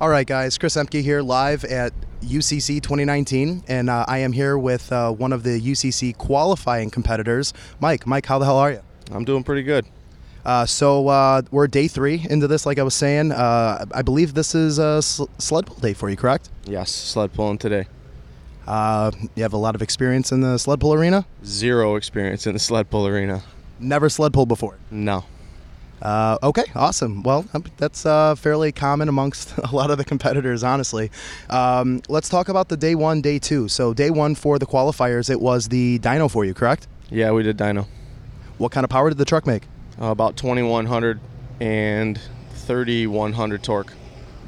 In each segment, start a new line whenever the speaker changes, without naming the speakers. All right, guys. Chris Emke here, live at UCC 2019, and uh, I am here with uh, one of the UCC qualifying competitors, Mike. Mike, how the hell are you?
I'm doing pretty good.
Uh, so uh, we're day three into this, like I was saying. Uh, I believe this is a sl- sled pull day for you, correct?
Yes, sled pulling today.
Uh, you have a lot of experience in the sled pull arena.
Zero experience in the sled pull arena.
Never sled pulled before.
No.
Uh, okay, awesome. Well, um, that's uh, fairly common amongst a lot of the competitors, honestly. Um, let's talk about the day one, day two. So, day one for the qualifiers, it was the dyno for you, correct?
Yeah, we did dyno.
What kind of power did the truck make?
Uh, about 2100 and 3100 torque.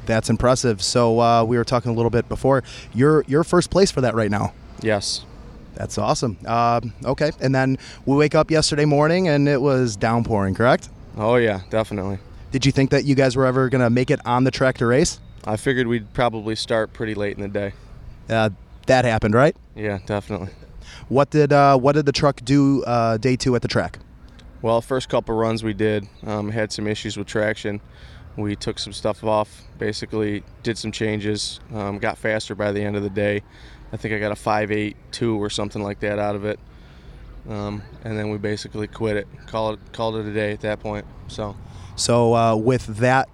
That's impressive. So, uh, we were talking a little bit before. You're, you're first place for that right now.
Yes.
That's awesome. Um, okay, and then we wake up yesterday morning and it was downpouring, correct?
Oh, yeah, definitely.
Did you think that you guys were ever going to make it on the track to race?
I figured we'd probably start pretty late in the day.
Uh, that happened, right?
Yeah, definitely.
What did uh, what did the truck do uh, day two at the track?
Well, first couple runs we did um, had some issues with traction. We took some stuff off, basically did some changes, um, got faster by the end of the day. I think I got a 5.82 or something like that out of it, um, and then we basically quit it, called it, called it a day at that point. So
So uh, with that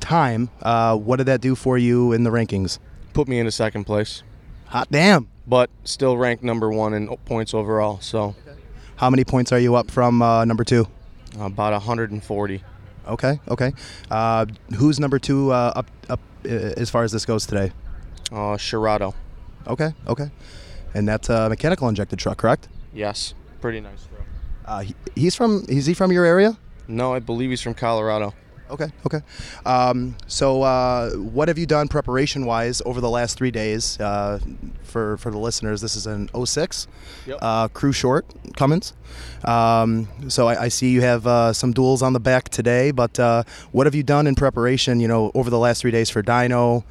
time, uh, what did that do for you in the rankings?
put me into second place,
Hot damn!
but still ranked number one in points overall. So
How many points are you up from uh, number two?
about 140.
Okay, okay. Uh, who's number two uh, up up uh, as far as this goes today?
Uh, Sherrado.
Okay, okay. And that's a mechanical injected truck, correct?
Yes, pretty nice throw.
Uh, he, he's from. Is he from your area?
No, I believe he's from Colorado.
Okay, okay. Um, so, uh, what have you done preparation wise over the last three days? Uh, for, for the listeners, this is an 06
Yep.
uh, crew short Cummins. Um, so, I, I see you have uh, some duels on the back today, but uh, what have you done in preparation, you know, over the last three days for dyno,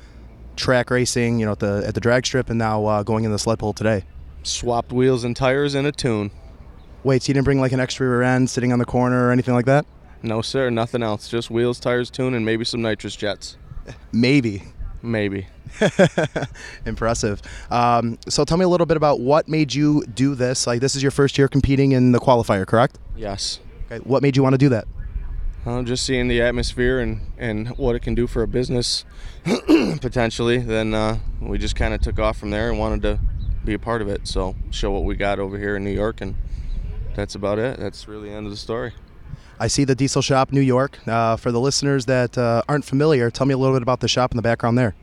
track racing, you know, at the, at the drag strip, and now uh, going in the sled pull today?
Swapped wheels and tires and a tune.
Wait, so you didn't bring like an extra rear end sitting on the corner or anything like that?
No, sir, nothing else. Just wheels, tires, tune, and maybe some nitrous jets.
Maybe.
Maybe.
Impressive. Um, so tell me a little bit about what made you do this. Like this is your first year competing in the qualifier, correct?
Yes.
Okay. What made you want to do that?
Uh, just seeing the atmosphere and, and what it can do for a business potentially. Then uh, we just kind of took off from there and wanted to be a part of it. So show what we got over here in New York, and that's about it. That's really the end of the story.
I see the Diesel Shop, New York. Uh, for the listeners that uh, aren't familiar, tell me a little bit about the shop in the background there.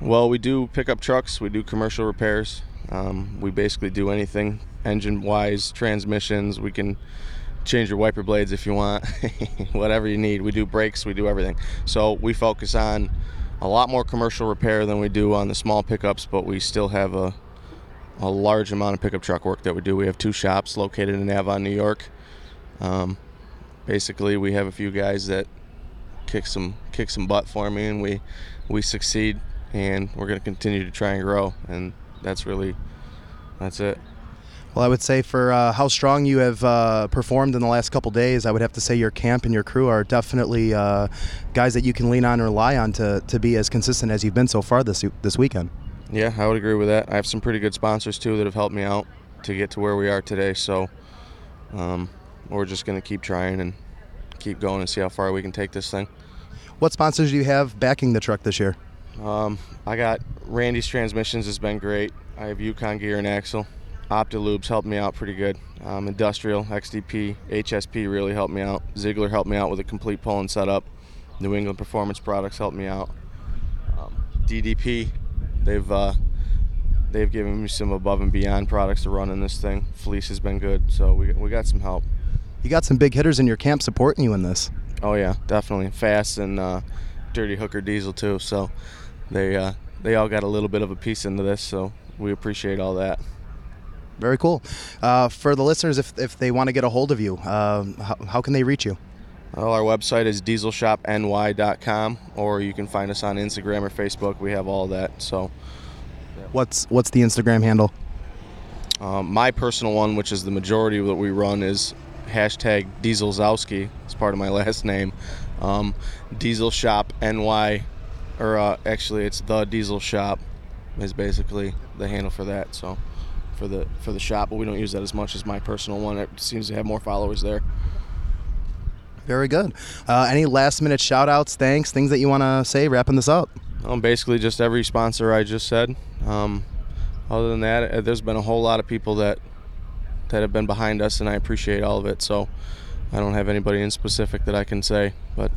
Well, we do pickup trucks. We do commercial repairs. Um, we basically do anything engine-wise, transmissions. We can change your wiper blades if you want, whatever you need. We do brakes. We do everything. So we focus on a lot more commercial repair than we do on the small pickups, but we still have a a large amount of pickup truck work that we do. We have two shops located in Avon, New York. Um, basically, we have a few guys that kick some kick some butt for me, and we we succeed, and we're going to continue to try and grow, and that's really that's it.
Well, I would say for uh, how strong you have uh, performed in the last couple days, I would have to say your camp and your crew are definitely uh, guys that you can lean on and rely on to, to be as consistent as you've been so far this this weekend.
Yeah, I would agree with that. I have some pretty good sponsors too that have helped me out to get to where we are today. So um, we're just going to keep trying and keep going and see how far we can take this thing.
What sponsors do you have backing the truck this year?
Um, I got Randy's transmissions has been great. I have Yukon gear and axle. Optilubes helped me out pretty good. Um, Industrial, XDP, HSP really helped me out. Ziegler helped me out with a complete pull and setup. New England Performance Products helped me out. Um, DDP, they've uh, they've given me some above and beyond products to run in this thing. Fleece has been good, so we, we got some help.
You got some big hitters in your camp supporting you in this.
Oh yeah, definitely fast and uh, dirty hooker diesel too. So they uh, they all got a little bit of a piece into this. So we appreciate all that.
Very cool. Uh, for the listeners, if, if they want to get a hold of you, um, how, how can they reach you?
Well, our website is dieselshopny.com, or you can find us on Instagram or Facebook. We have all that. So
What's what's the Instagram handle?
um, my personal one, which is the majority of what we run, is hashtag Dieselzowski. It's part of my last name. Um, Diesel Shop NY or uh, actually it's the diesel shop is basically the handle for that so for the for the shop but we don't use that as much as my personal one it seems to have more followers there
Very good. Uh, any last minute shout outs, thanks, things that you want to say, wrapping this up?
um, basically just every sponsor i just said um, other than that uh, there's been a whole lot of people that that have been behind us and i appreciate all of it so i don't have anybody in specific that i can say but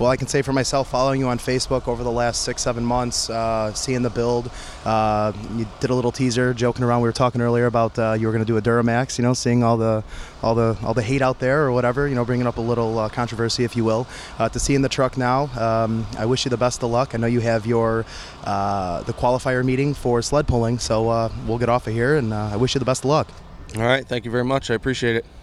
Well, I can say for myself, following you on Facebook over the last six, seven months, uh, seeing the build, uh, you did a little teaser, joking around. We were talking earlier about uh, you were going to do a Duramax, you know, seeing all the, all the, all the hate out there or whatever, you know, bringing up a little uh, controversy, if you will. Uh, to seeing the truck now, um, I wish you the best of luck. I know you have your uh, the qualifier meeting for sled pulling, so uh, we'll get off of here, and uh, I wish you the best of luck.
all right thank you very much i appreciate it